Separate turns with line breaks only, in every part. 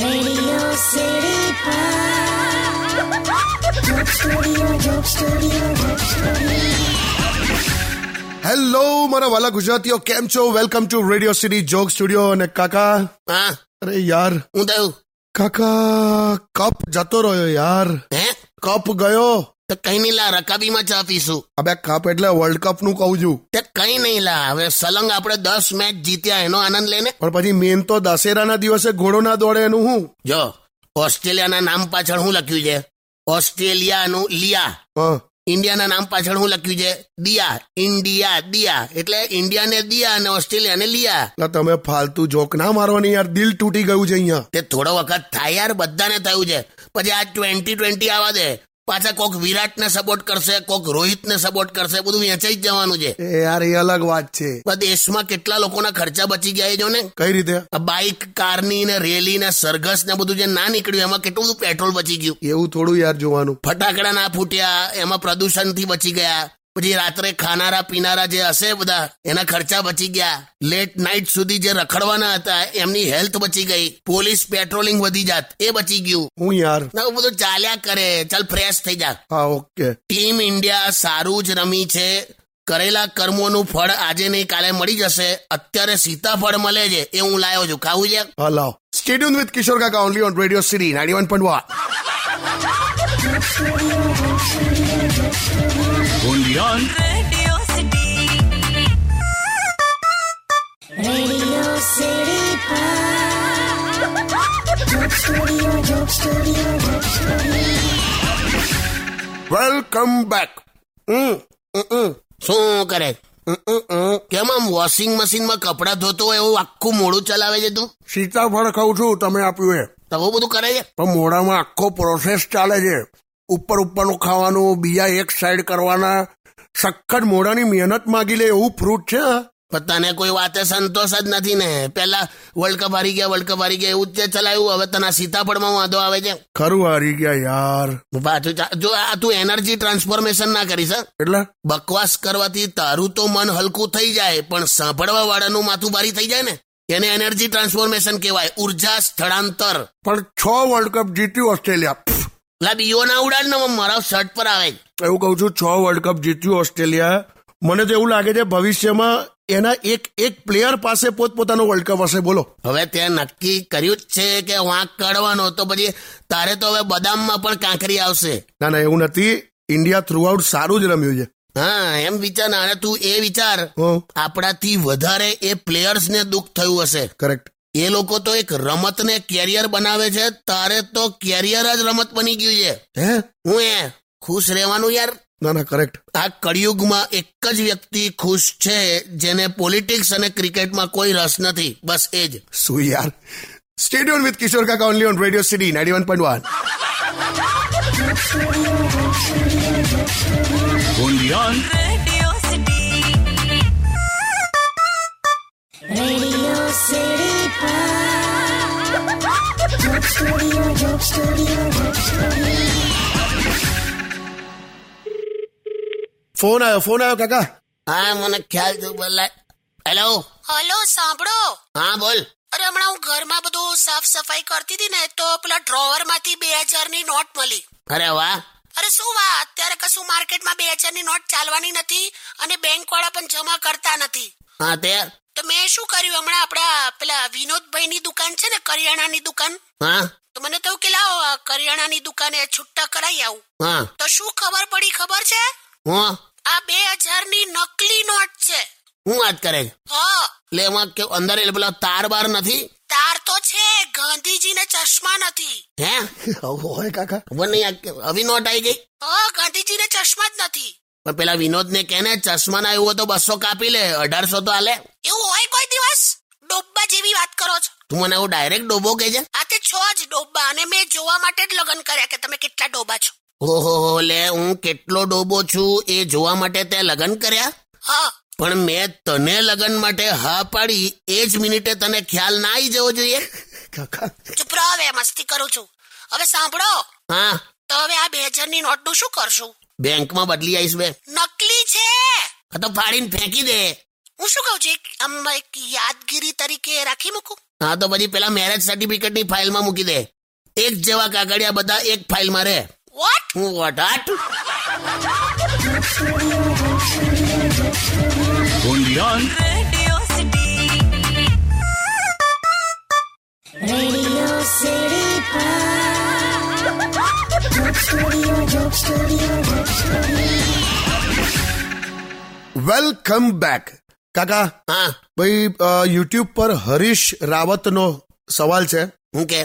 Radio City Pod. joke Studio, Joke Studio, Joke Studio.
Hello મારા વાલા ગુજરાતીઓ કેમ છો welcome to radio city joke studio અને કાકા
હા
અરે યાર
હું થયું
કાકા કપ જતો રહ્યો યાર
હે
કપ ગયો
તો કઈ નહીં લા રકાબીમાં ચા પીશું
અબે કપ એટલે વર્લ્ડ કપ નું કહું છું
તે કઈ નહીં લા હવે સલંગ આપણે દસ મેચ જીત્યા એનો આનંદ લેને
પણ પછી મેન તો દશેરાના દિવસે ઘોડો ના દોડે એનું હું
જો ઓસ્ટ્રેલિયાના નામ પાછળ શું લખ્યું છે ઓસ્ટ્રેલિયાનું લિયા
હા
ઇન્ડિયાના નામ પાછળ શું લખ્યું છે દિયા ઇન્ડિયા દિયા એટલે ઇન્ડિયાને દિયા અને ઓસ્ટ્રેલિયાને લિયા
એટલે તમે ફાલતુ જોક ના મારવાની યાર દિલ તૂટી ગયું છે અહીંયા
તે થોડો વખત થાય યાર બધાને થયું છે પછી આ ટ્વેન્ટી ટ્વેન્ટી આવા દે પાછા કોક વિરાટને સપોર્ટ કરશે કોક રોહિતને સપોર્ટ કરશે બધું વેચાઈ જ જવાનું છે
એ યાર એ અલગ વાત છે
પણ દેશમાં કેટલા લોકોના ખર્ચા બચી ગયા એ જો ને
કઈ રીતે
આ બાઇક કારની ને રેલી ને સરઘસ ને બધું જે ના નીકળ્યું એમાં કેટલું બધું પેટ્રોલ બચી ગયું
એવું થોડું યાર જોવાનું
ફટાકડા ના ફૂટ્યા એમાં પ્રદૂષણ થી બચી ગયા પછી રાત્રે ખાનારા પીનારા જે હશે બધા એના ખર્ચા બચી ગયા લેટ નાઇટ સુધી જે રખડવાના હતા એમની હેલ્થ બચી ગઈ પોલીસ પેટ્રોલિંગ વધી જાત એ બચી ગયું
હું યાર
ને આવું બધું ચાલ્યા કરે ચાલ ફ્રેશ થઈ જા
હા ઓકે
ટીમ ઇન્ડિયા સારું જ રમી છે કરેલા કર્મોનું ફળ આજે નહીં કાલે મળી જશે અત્યારે સીતાફળ મળે છે એ હું લાવ્યો છું ખાવું છે
હા લાવ સ્ટેડિયમ વિથ કિશોર કાકા only on radio city ninety one point one
Radio City Pod. joke Studio, Joke Studio, Joke Studio.
Welcome back હમ હમ
શું કરે
હમ હમ
કેમ આમ વોશિંગ મશીનમાં કપડાં ધોતો હોય એવું આખું મોડું ચલાવે છે તું
સીતાફળ ખાઉં છું તમે આપ્યું એ
તો આવું બધું કરે છે
પણ મોઢામાં આખો પ્રોસેસ ચાલે છે ઉપર ઉપરનું ખાવાનું બીજા એક સાઈડ કરવાના સખત મોઢાની મહેનત માગી લે એવું ફ્રૂટ છે આ.
પણ તને કોઈ વાતે સંતોષ જ નથી ને પહેલા વર્લ્ડ કપ હારી ગયા વર્લ્ડ કપ હારી ગયા એવું જ તે ચલાવ્યું હવે તને આ સીતાફળમાં વાંધો આવે છે
ખરું હારી ગયા યાર
પાછું ચા- જો આ તું એનર્જી ટ્રાન્સફોર્મેશન ના કરીશ હા?
એટલે
બકવાસ કરવાથી તારું તો મન હલકું થઈ જાય પણ સાંભળવા વાળાનું માથું ભારી થઈ જાય ને એને એનર્જી ટ્રાન્સફોર્મેશન કહેવાય ઉર્જા સ્થળાંતર
પણ છ વર્લ્ડ કપ જીત્યું ઓસ્ટ્રેલિયા પફ,
લા બીઓ ના ઉડાડ ને મારા શર્ટ પર આવે છે.
એવું કહું છું છ વર્લ્ડ કપ જીત્યું ઓસ્ટ્રેલિયા મને તો એવું લાગે છે ભવિષ્યમાં એના એક એક પ્લેયર પાસે પોતપોતાનો વર્લ્ડ કપ હશે બોલો
હવે તે નક્કી કર્યું જ છે કે વાંક કાઢવાનો તો પછી તારે તો હવે બદામમાં પણ કાંકરી આવશે
ના ના એવું નથી ઇન્ડિયા થ્રુ આઉટ સારું જ રમ્યું છે
હા એમ વિચાર ને અને તું એ વિચાર
હં,
આપણાથી વધારે એ પ્લેયર્સને દુઃખ થયું હશે
કરેક્ટ
એ લોકો તો એક રમતને કેરિયર બનાવે છે તારે તો કેરિયર જ રમત બની ગયું છે
હે
હું એ ખુશ રહેવાનું યાર
ના ના કરેક્ટ
આ કળિયુગમાં એક જ વ્યક્તિ ખુશ છે જેને પોલિટિક્સ અને ક્રિકેટમાં કોઈ રસ નથી બસ એ જ
શું યાર સ્ટેડિયમ વિથ કિશોર કાકા only on radio city ninety one point one
Radio City Pod. joke Studio, Joke Studio, Joke Studio.
Phone આવ્યો ફોન આવ્યો કાકા
હા મને ખ્યાલ છે બોલા હેલો
હલો સાંભળો
હા બોલ
અરે હમણાં હું ઘરમાં બધું સાફ સફાઈ કરતી હતી ને તો પેલા ડ્રોવરમાંથી બે હજારની નોટ મળી
અરે વાહ
અરે શું વા અત્યારે કશું માર્કેટમાં બે હજારની નોટ ચાલવાની નથી અને બેંકવાળા પણ જમા કરતા નથી
હા તે
તો મેં શું કર્યું હમણાં આપણા પેલા વિનોદભાઈની દુકાન છે ને કરિયાણાની દુકાન
હા
તો મને તો કે લાવો આ કરિયાણાની દુકાને છૂટા કરાઈ આવું
હા
તો શું ખબર પડી ખબર છે
હું
આ બે હજારની નકલી નોટ છે
હું વાત કરે છે
હા
એટલે એમાં કે અંદર એટલે પેલા તાર બાર નથી
તાર તો છે ગાંધીજીને ચશ્મા નથી
હે
આવું હોય કાકા
ખબર નહીં આ કે- આવી નોટ આવી ગઈ
હા ગાંધીજીને ચશ્મા જ નથી
પણ પેલા વિનોદ ને કે ને ચશ્મા ના એવું હોય તો બસો કાપી લે અઢારસો તો હાલે
એવું હોય કોઈ દિવસ ડોબ્બા જેવી વાત કરો છો
તું મને એવું ડાયરેક્ટ ડોબો કે છે
આ તે છો જ ડોબ્બા અને મેં જોવા માટે જ લગ્ન કર્યા કે તમે કેટલા ડોબા છો
ઓહો લે હું કેટલો ડોબો છું એ જોવા માટે તે લગ્ન કર્યા
હા
પણ મેં તને લગ્ન માટે હા પાડી એ જ મિનિટે તને ખ્યાલ ના આવી જવો જોઈએ
કાકા
ચૂપ રહો હવે મસ્તી કરું છું હવે સાંભળો
હા
તો હવે આ બે હજારની નોટનું શું કરશું
બેંકમાં બદલી આવીશ બે
નકલી છે
આ તો ફાડીને ફેંકી દે
હું શું કહું છું એક આમ એક યાદગીરી તરીકે રાખી મૂકું
હા તો પછી પેલા મેરેજ સર્ટિફિકેટની ફાઇલમાં મૂકી દે એક જેવા કાગળિયા બધા એક ફાઇલમાં રહે
વોટ
હું વોટ હાટ
Radio City Pod. Joke Studio, Joke Studio, Joke Studio.
Welcome back કાકા
હા
ભાઈ યુટ્યુબ પર હરીશ રાવતનો સવાલ છે
હું કે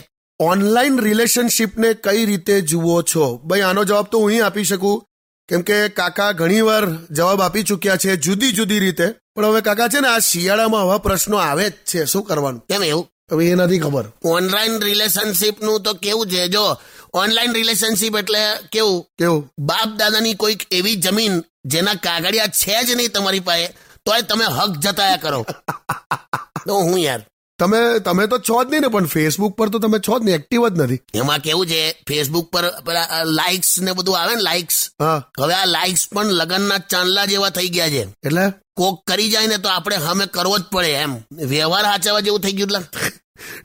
ઓનલાઈન રિલેશનશીપને કઈ રીતે જુઓ છો ભાઈ આનો જવાબ તો હું ય આપી શકું કેમ કે કાકા ઘણીવાર જવાબ આપી ચૂક્યા છે જુદી જુદી રીતે પણ હવે કાકા છે ને આ શિયાળામાં આવા પ્રશ્નો આવે જ છે શું કરવાનું
કેમ એવું
હવે એ નથી ખબર
ઓનલાઈન રિલેશનશીપ નું તો કેવું છે જો ઓનલાઈન રિલેશનશીપ એટલે કેવું
કેવું
બાપ દાદાની કોઈક એવી જમીન જેના કાગળિયા છે જ નહીં તમારી પાસે તોય તમે હક જતાયા કરો તો હું યાર
તમે તમે તો છો જ નહીં ને પણ ફેસબુક પર તો તમે છો જ નહીં એક્ટિવ જ નથી
એમાં કેવું છે ફેસબુક પર લાઇક્સ ને બધું આવે ને લાઇક્સ
હા
હવે આ લાઇક્સ પણ લગ્નના ચાંદલા જેવા થઈ ગયા છે
એટલે
કોક કરી જાય ને તો આપણે હમે કરવો જ પડે એમ વ્યવહાર હાચવવા જેવું થઈ ગયું એટલે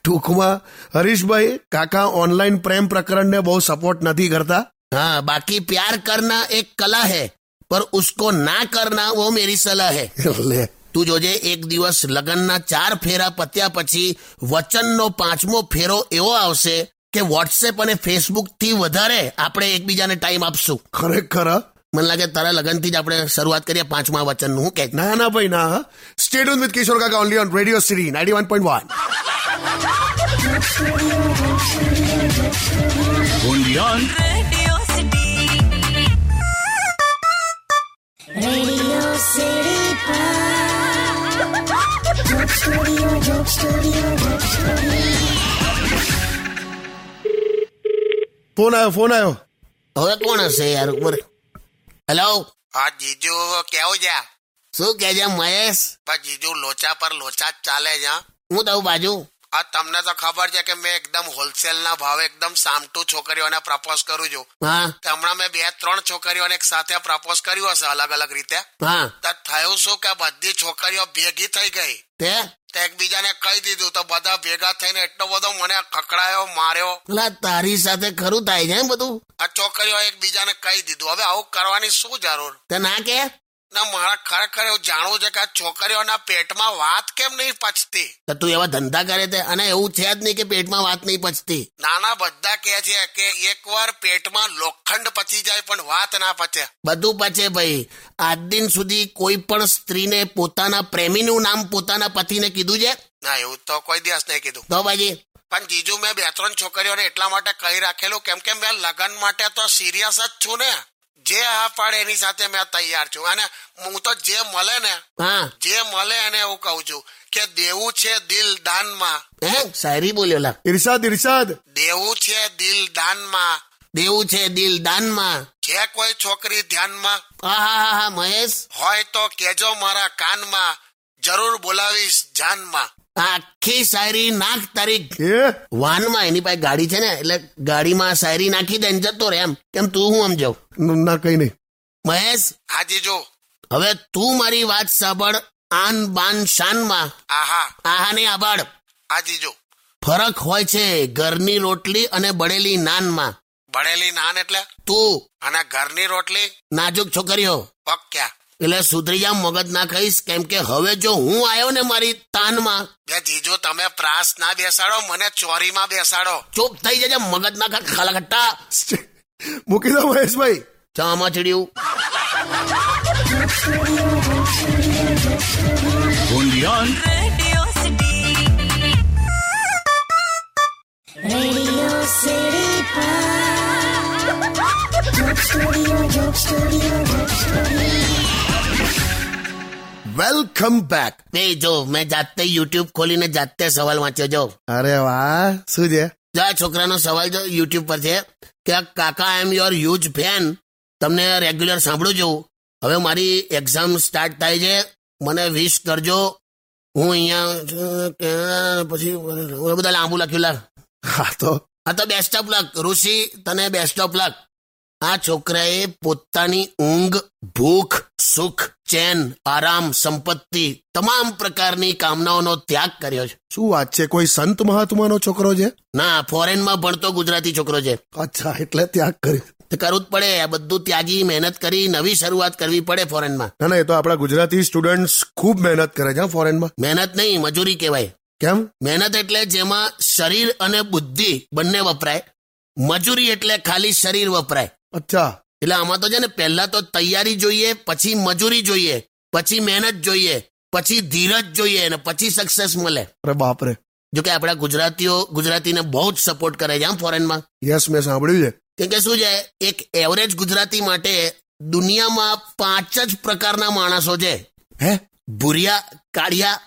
ટૂંકમાં હરીશભાઈ કાકા ઓનલાઈન પ્રેમ પ્રકરણને બહુ સપોર્ટ નથી કરતા
हाँ बाकी प्यार करना एक कला है पर उसको ना करना वो मेरी सलाह है
લે
તું જોજે એક દિવસ લગ્નના ચાર ફેરા પત્યા પછી વચનનો પાંચમો ફેરો એવો આવશે કે વોટ્સએપ અને ફેસબુક થી વધારે આપણે એકબીજાને ટાઈમ આપશું
ખરેખર હા?
મને લાગે તારા લગ્નથી જ આપણે શરૂઆત કરીએ પાંચમા વચનનું હું કે
ના ના ભાઈ ના સ્ટેડિયમ વિથ કિશોર કાકા only on radio city ninety one point one
Radio City Pod. Joke Studio, Joke Studio, Joke Studio.
Phone આવ્યો ફોન આવ્યો
હવે કોણ હશે યાર ઉપર હેલો
હા જીજુ કેવું છે
શું કે છે મહેશ
પણ જીજુ લોચા પર લોચા જ ચાલે છે હા?
હું દઉં બાજુ
આ તમને તો ખબર છે કે મેં એકદમ હોલસેલ ના ભાવે એકદમ સામટું છોકરીઓને પ્રપોઝ કરું છું
હા
તો હમણાં મેં બે ત્રણ છોકરીઓને એક સાથે પ્રપોઝ કર્યું હશે અલગ અલગ રીતે
હા
તો થયું શું કે બધી છોકરીઓ ભેગી થઈ ગઈ
તે
તો એકબીજાને કહી દીધું તો બધા ભેગા થઈને એટલો બધો મને ખકડાયો માર્યો
પેલા તારી સાથે ખરું થાય છે એમ બધું
આ છોકરીઓ એકબીજાને કહી દીધું હવે આવું કરવાની શું જરૂર
તે ના કે
ના મારા ખરેખર એવું જાણવું છે કે આ છોકરીઓના પેટમાં વાત કેમ નહીં પચતી
તો તું એવા ધંધા કરે છે અને એવું છે જ નહીં કે પેટમાં વાત નહીં પચતી
નાના બધા કહે છે કે એકવાર પેટમાં લોખંડ પચી જાય પણ વાત ના પચે
બધું પચે ભાઈ આજ દિન સુધી કોઈ પણ સ્ત્રીને પોતાના પ્રેમીનું નામ પોતાના પતિને કીધું છે
ના એવું તો કોઈ દિવસ નહીં કીધું
તો ભાઈજી
પણ જીજુ મેં બે ત્રણ છોકરીઓને એટલા માટે કહી રાખેલું કેમ કે મેં લગ્ન માટે તો સિરિયસ જ છું ને જે હા પાડે એની સાથે મેં તૈયાર છું અને હું તો જે મળે ને
હા
જે મળે એને એવું કહું છું કે દેવું છે દિલ દાનમાં
હે શાયરી બોલ્યોલા
ઇરશાદ ઇરશાદ
દેવું છે દિલ દાનમાં
દેવું છે દિલ દાનમાં
છે કોઈ છોકરી ધ્યાનમાં
હા હા હા મહેશ
હોય તો કેજો મારા કાનમાં જરૂર બોલાવીશ જાનમાં
આ આખી શાયરી નાખ તારીખ
એ
વાનમાં એની પાસે ગાડી છે ને એટલે ગાડીમાં આ શાયરી નાખી દે ને જતો રે એમ કેમ તું હું સમજાવ
ના કઈ નહીં
મહેશ
હા જીજુ
હવે તું મારી વાત સાંભળ આન બાન શાનમાં
આહા
આહાને આભાળ
હા જીજુ
ફરક હોય છે ઘરની રોટલી અને બળેલી નાનમાં
ભણેલી નાન એટલે
તું
અને ઘરની રોટલી
નાજુક છોકરીઓ
ઓકે
એટલે સુધરી જા મગજ ના ખાઈશ કેમ કે હવે જો હું આવ્યો ને મારી તાનમાં
બે જીજુ તમે પ્રાસ ના બેસાડો મને ચોરીમાં બેસાડો
ચૂપ થઈ જજે મગજ ના ખા ખાલા ખટ્ટા
મૂકી દો મહેશભાઈ
ચામાં ચડ્યું
Radio City Pod. Joke Studio, Joke Studio, Joke Studio.
Welcome back
બે જો મેં જાતે યુટ્યુબ ખોલીને જાતે સવાલ વાંચ્યો જો
અરે વાહ શું છે
જો આ છોકરાનો સવાલ જો યુટ્યુબ પર છે કે કાકા I am your huge fan તમને રેગ્યુલર સાંભળું છું હવે મારી એક્ઝામ સ્ટાર્ટ થાય છે મને વિશ કરજો હું અહીંયા છું કે પછી ઓલા બધા લાંબુ લખ્યું લા
હા તો
હા તો બેસ્ટ ઓફ લક ઋષિ તને બેસ્ટ ઓફ લક આ છોકરાએ પોતાની ઊંઘ ભૂખ સુખ ચેન આરામ સંપત્તિ તમામ પ્રકારની કામનાઓનો ત્યાગ કર્યો છે
શું વાત છે કોઈ સંત મહાત્માનો છોકરો છે
ના ફોરેનમાં ભણતો ગુજરાતી છોકરો છે
અચ્છા એટલે ત્યાગ કર્યો
તો કરવું જ પડે આ બધું ત્યાગી મહેનત કરી નવી શરૂઆત કરવી પડે ફોરેનમાં
ના ના એ તો આપણા ગુજરાતી સ્ટુડન્ટ્સ ખૂબ મહેનત કરે છે હા, ફોરેનમાં
મહેનત નહીં મજૂરી કહેવાય
કેમ
મહેનત એટલે જેમાં શરીર અને બુદ્ધિ બંને વપરાય મજૂરી એટલે ખાલી શરીર વપરાય
અચ્છા
એટલે આમાં તો છે ને પહેલા તો તૈયારી જોઈએ પછી મજૂરી જોઈએ પછી મહેનત જોઈએ પછી ધીરજ જોઈએ અને પછી સક્સેસ મળે
અરે બાપરે
જો કે આપણા ગુજરાતીઓ ગુજરાતીને બહુ જ સપોર્ટ કરે છે આમ ફોરેનમાં
યસ મેં સાંભળ્યું છે
કેમ કે શું છે એક એવરેજ ગુજરાતી માટે દુનિયામાં પાંચ જ પ્રકારના માણસો છે
હે
ભૂરિયા કાળિયા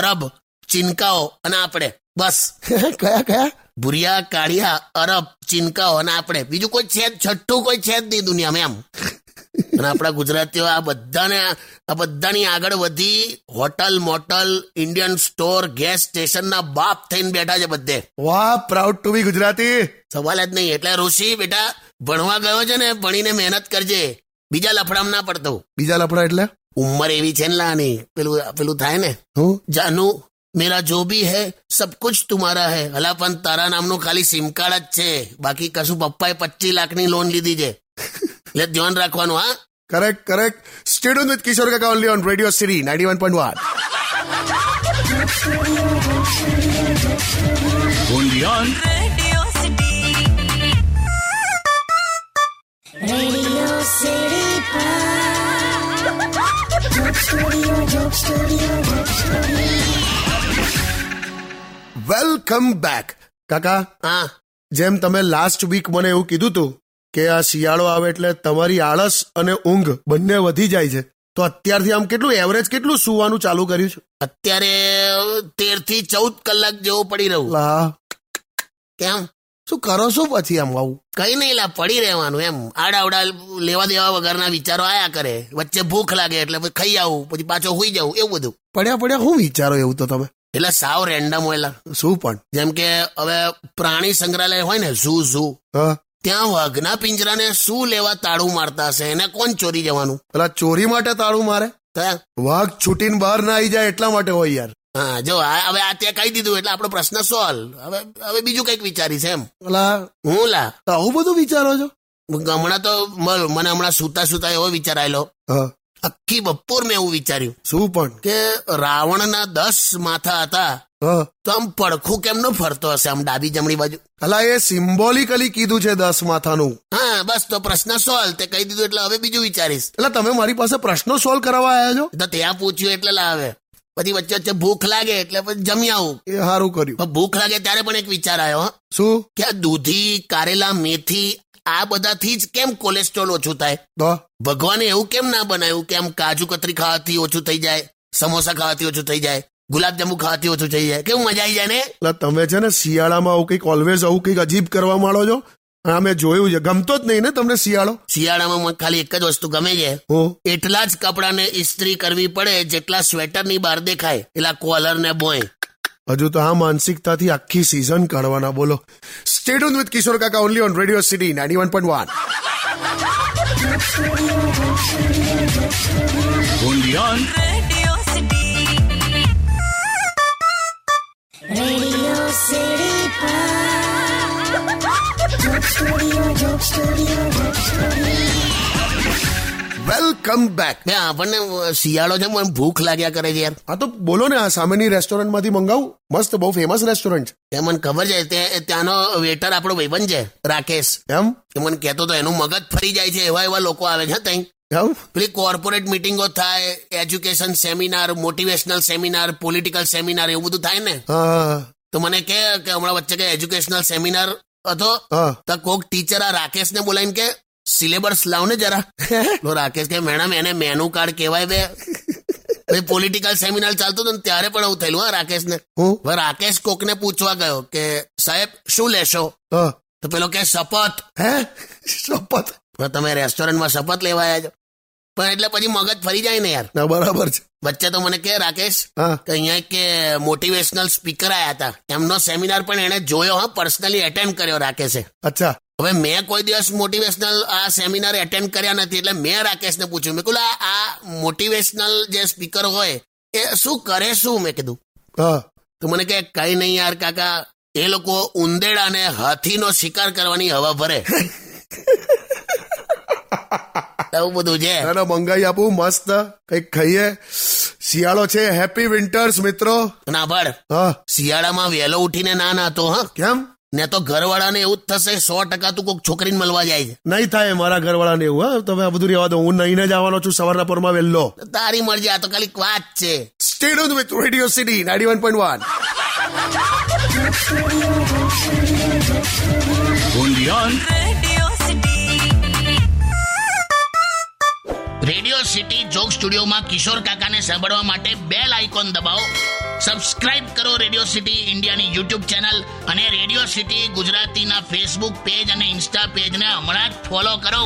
અરબ ચિનકાઓ અને આપણે બસ
કયા કયા
ભૂરિયા કાળિયા અરબ ચિનકાઓ અને આપણે બીજું કોઈ છે જ છઠ્ઠું કોઈ છે જ નહીં દુનિયામાં એમ અને આપણા ગુજરાતીઓ આ બધાને આ બધાની આગળ વધી hotel motel Indian store gas સ્ટેશનના બાપ થઈને બેઠા છે બધે
વાહ પ્રાઉડ ટુ બી ગુજરાતી
સવાલ જ નહીં એટલે ઋષિ બેટા ભણવા ગયો છે ને ભણીને મહેનત કરજે બીજા લફડામાં ના પડતો
બીજા લફડા એટલે
ઉંમર એવી છે ને લાની પેલું પેલું થાય ને
હું
जानू मेरा जो भी है सब कुछ तुम्हारा है हला पण તારા નામનું ખાલી સિમ કાર્ડ જ છે બાકી કશું પપ્પાએ પચીસ લાખની લોન લીધી છે એટલે ધ્યાન રાખવાનું હા
correct correct stayed on with Kishore કાકા only on radio city ninety one point one
Radio City Pod. Joke Studio, Joke Studio, Joke Studio.
Welcome back કાકા
હા
જેમ તમે લાસ્ટ વીક મને એવું કીધું હતું કે આ શિયાળો આવે એટલે તમારી આળસ અને ઊંઘ બંને વધી જાય છે તો અત્યારથી આમ કેટલું એવરેજ કેટલું સુવાનું ચાલુ કર્યું છે
અત્યારે તેર થી ચૌદ કલાક જેવો પડી રહું
લા
કેમ
શું કરો છો પછી આમ આવું
કઈ નહીં લા પડી રહેવાનું એમ આડાવડા લેવા દેવા વગરના વિચારો આયા કરે વચ્ચે ભૂખ લાગે એટલે પછી ખાઈ આવું પછી પાછો હોઈ જાઉં એવું બધું
પડ્યા પડ્યા શું વિચારો એવું તો તમે
એટલે સાવ રેન્ડમ હોય લા.
શું પણ
જેમ કે હવે પ્રાણી સંગ્રહાલય હોય ને ઝૂ ઝૂ
હા
ત્યાં વાઘના પિંજરાને શું લેવા તાળું મારતા હશે એને કોણ ચોરી જવાનું
પેલા ચોરી માટે તાળું મારે
હા?
વાઘ છૂટીને બહાર ના આવી જાય એટલા માટે હોય યાર
હા જો આ- હવે આ ત્યાં કહી દીધું એટલે આપણો પ્રશ્ન સોલ્વ હવે હવે બીજું કંઈક વિચારીશ એમ
પેલા
હું લા
તો આવું બધું વિચારો છો
હમણાં તો મળ, મને હમણાં સૂતા સૂતા એવો વિચાર આયલો
હા
આખી બપોર મેં એવું વિચાર્યું
શું પણ
કે રાવણના દસ માથા હતા
હા
તો આમ પડખું કેમનો ફરતો હશે આમ ડાબી જમણી બાજુ
અલા એ સિમ્બોલિકલી કીધું છે દસ માથાનું
હા બસ તો પ્રશ્ન સોલ્વ તે કહી દીધું એટલે હવે બીજું વિચારીશ
એટલે તમે મારી પાસે પ્રશ્નો સોલ્વ કરાવવા આવ્યા છો
તો ત્યાં પૂછ્યું એટલે લાવે પછી વચ્ચે વચ્ચે ભૂખ લાગે એટલે પછી જમી આવું
એ સારું કર્યું
પણ ભૂખ લાગે ત્યારે પણ એક વિચાર આવ્યો હં,
શું
કે આ દૂધી કારેલા મેથી આ બધાથી જ કેમ કોલેસ્ટ્રોલ ઓછું થાય
તો
ભગવાને એવું કેમ ના બનાવ્યું કે આમ કાજુ કતરી ખાવાથી ઓછું થઈ જાય સમોસા ખાવાથી ઓછું થઈ જાય ગુલાબજાંબુ ખાવાથી ઓછું થઈ જાય કેવું મજા આવી જાય ને
એટલે તમે છે ને શિયાળામાં આવું કંઈક ઓલવેઝ આવું કંઈક અજીબ કરવા માંડો છો હા મેં જોયું છે ગમતો જ નહીં ને તમને શિયાળો
શિયાળામાં મને ખાલી એક જ વસ્તુ ગમે છે
હું
એટલા જ કપડાને ઇસ્ત્રી કરવી પડે જેટલા સ્વેટરની બહાર દેખાય એટલા કોલર ને બોય
હજુ તો આ માનસિકતાથી આખી સીઝન કાઢવાના બોલો સ્ટેડ ઓન વિથ કિશોર કાકા only on radio city ninety one point one
Radio City Pod. Joke Studio, Joke Studio, Joke Studio.
Welcome back
બે આપણને શિયાળો છે મને ભૂખ લાગ્યા કરે છે યાર
હા તો બોલો ને આ સામેની રેસ્ટોરન્ટમાંથી મંગાવું મસ્ત બહુ ફેમસ રેસ્ટોરન્ટ
એ મને ખબર છે તે ત્યાંનો વેટર આપણો ભાઈબંધ છે રાકેશ
છે એમ
એ મને કહેતો તો એનું મગજ ફરી જાય છે એવા એવા લોકો આવે છે ત્યાં
એમ
પેલી કોર્પોરેટ મિટિંગો થાય education seminar motivational seminar political seminar એવું બધું થાય ને
હા
તો મને કહે કે હમણાં વચ્ચે કે એજ્યુકેશનલ સેમિનાર હતો
હા
તો કોક ટીચર આ રાકેશને બોલાવીને કે સિલેબસ લાવ ને જરા તો રાકેશ કે મેડમ એને મેનુ કાર્ડ કહેવાય બે પોલિટિકલ સેમિનાર ચાલતું હતું ને ત્યારે પણ એવું થયેલું હા રાકેશને
હું
હવે રાકેશ કોકને પૂછવા ગયો કે સાહેબ શું લેશો
હા
તો પેલો કે શપથ
હે શપથ
હવે તમે રેસ્ટોરન્ટમાં શપથ લેવાયા છો પણ એટલે પછી મગજ ફરી જાય ને યાર
ના બરાબર છે
વચ્ચે તો મને કે રાકેશ
હા
કે અહીંયા એક કે મોટિવેશનલ સ્પીકર આયા હતા એમનો સેમિનાર પણ એણે જોયો હા પર્સનલી એટેન્ડ કર્યો રાકેશે
અચ્છા
હવે મેં કોઈ દિવસ મોટિવેશનલ આ સેમિનાર એટેન્ડ કર્યા નથી એટલે મેં રાકેશને પૂછ્યું મેં કીધું આ- આ મોટિવેશનલ જે સ્પીકર હોય એ શું કરે શું મેં કીધું
હા
તો મને કહે કઈ નહીં યાર કાકા એ લોકો ઉંદેડા અને હાથીનો શિકાર કરવાની હવા ભરે આવું બધું છે
ના, ના મંગાઈ આપું મસ્ત કંઈક ખાઈએ શિયાળો છે હેપી વિન્ટર્સ મિત્રો
ના ભળ
હા
શિયાળામાં વહેલો ઉઠીને ના નાતો હા
કેમ
ને તો ઘરવાળાને એવું જ થશે સો ટકા તું કોઈક છોકરીને મળવા જાય છે
નહીં થાય મારા ઘરવાળાને એવું હા તમે આ બધું રહેવા દો હું નહીં જ આવવાનો છું સવારના પરમાં વહેલો
તો તારી મરજી આ તો ખાલી વાત છે
stayed with radio city ninety one point one
radio city joke સ્ટુડિયોમાં કિશોર કાકાને સાંભળવા માટે બેલ આઇકોન દબાવો સબસ્ક્રાઇબ કરો રેડિયો સિટી ઇન્ડિયાની યુટ્યુબ ચેનલ અને રેડિયો સિટી ગુજરાતીના ફેસબુક પેજ અને ઇન્સ્ટા પેજને હમણાં જ ફોલો કરો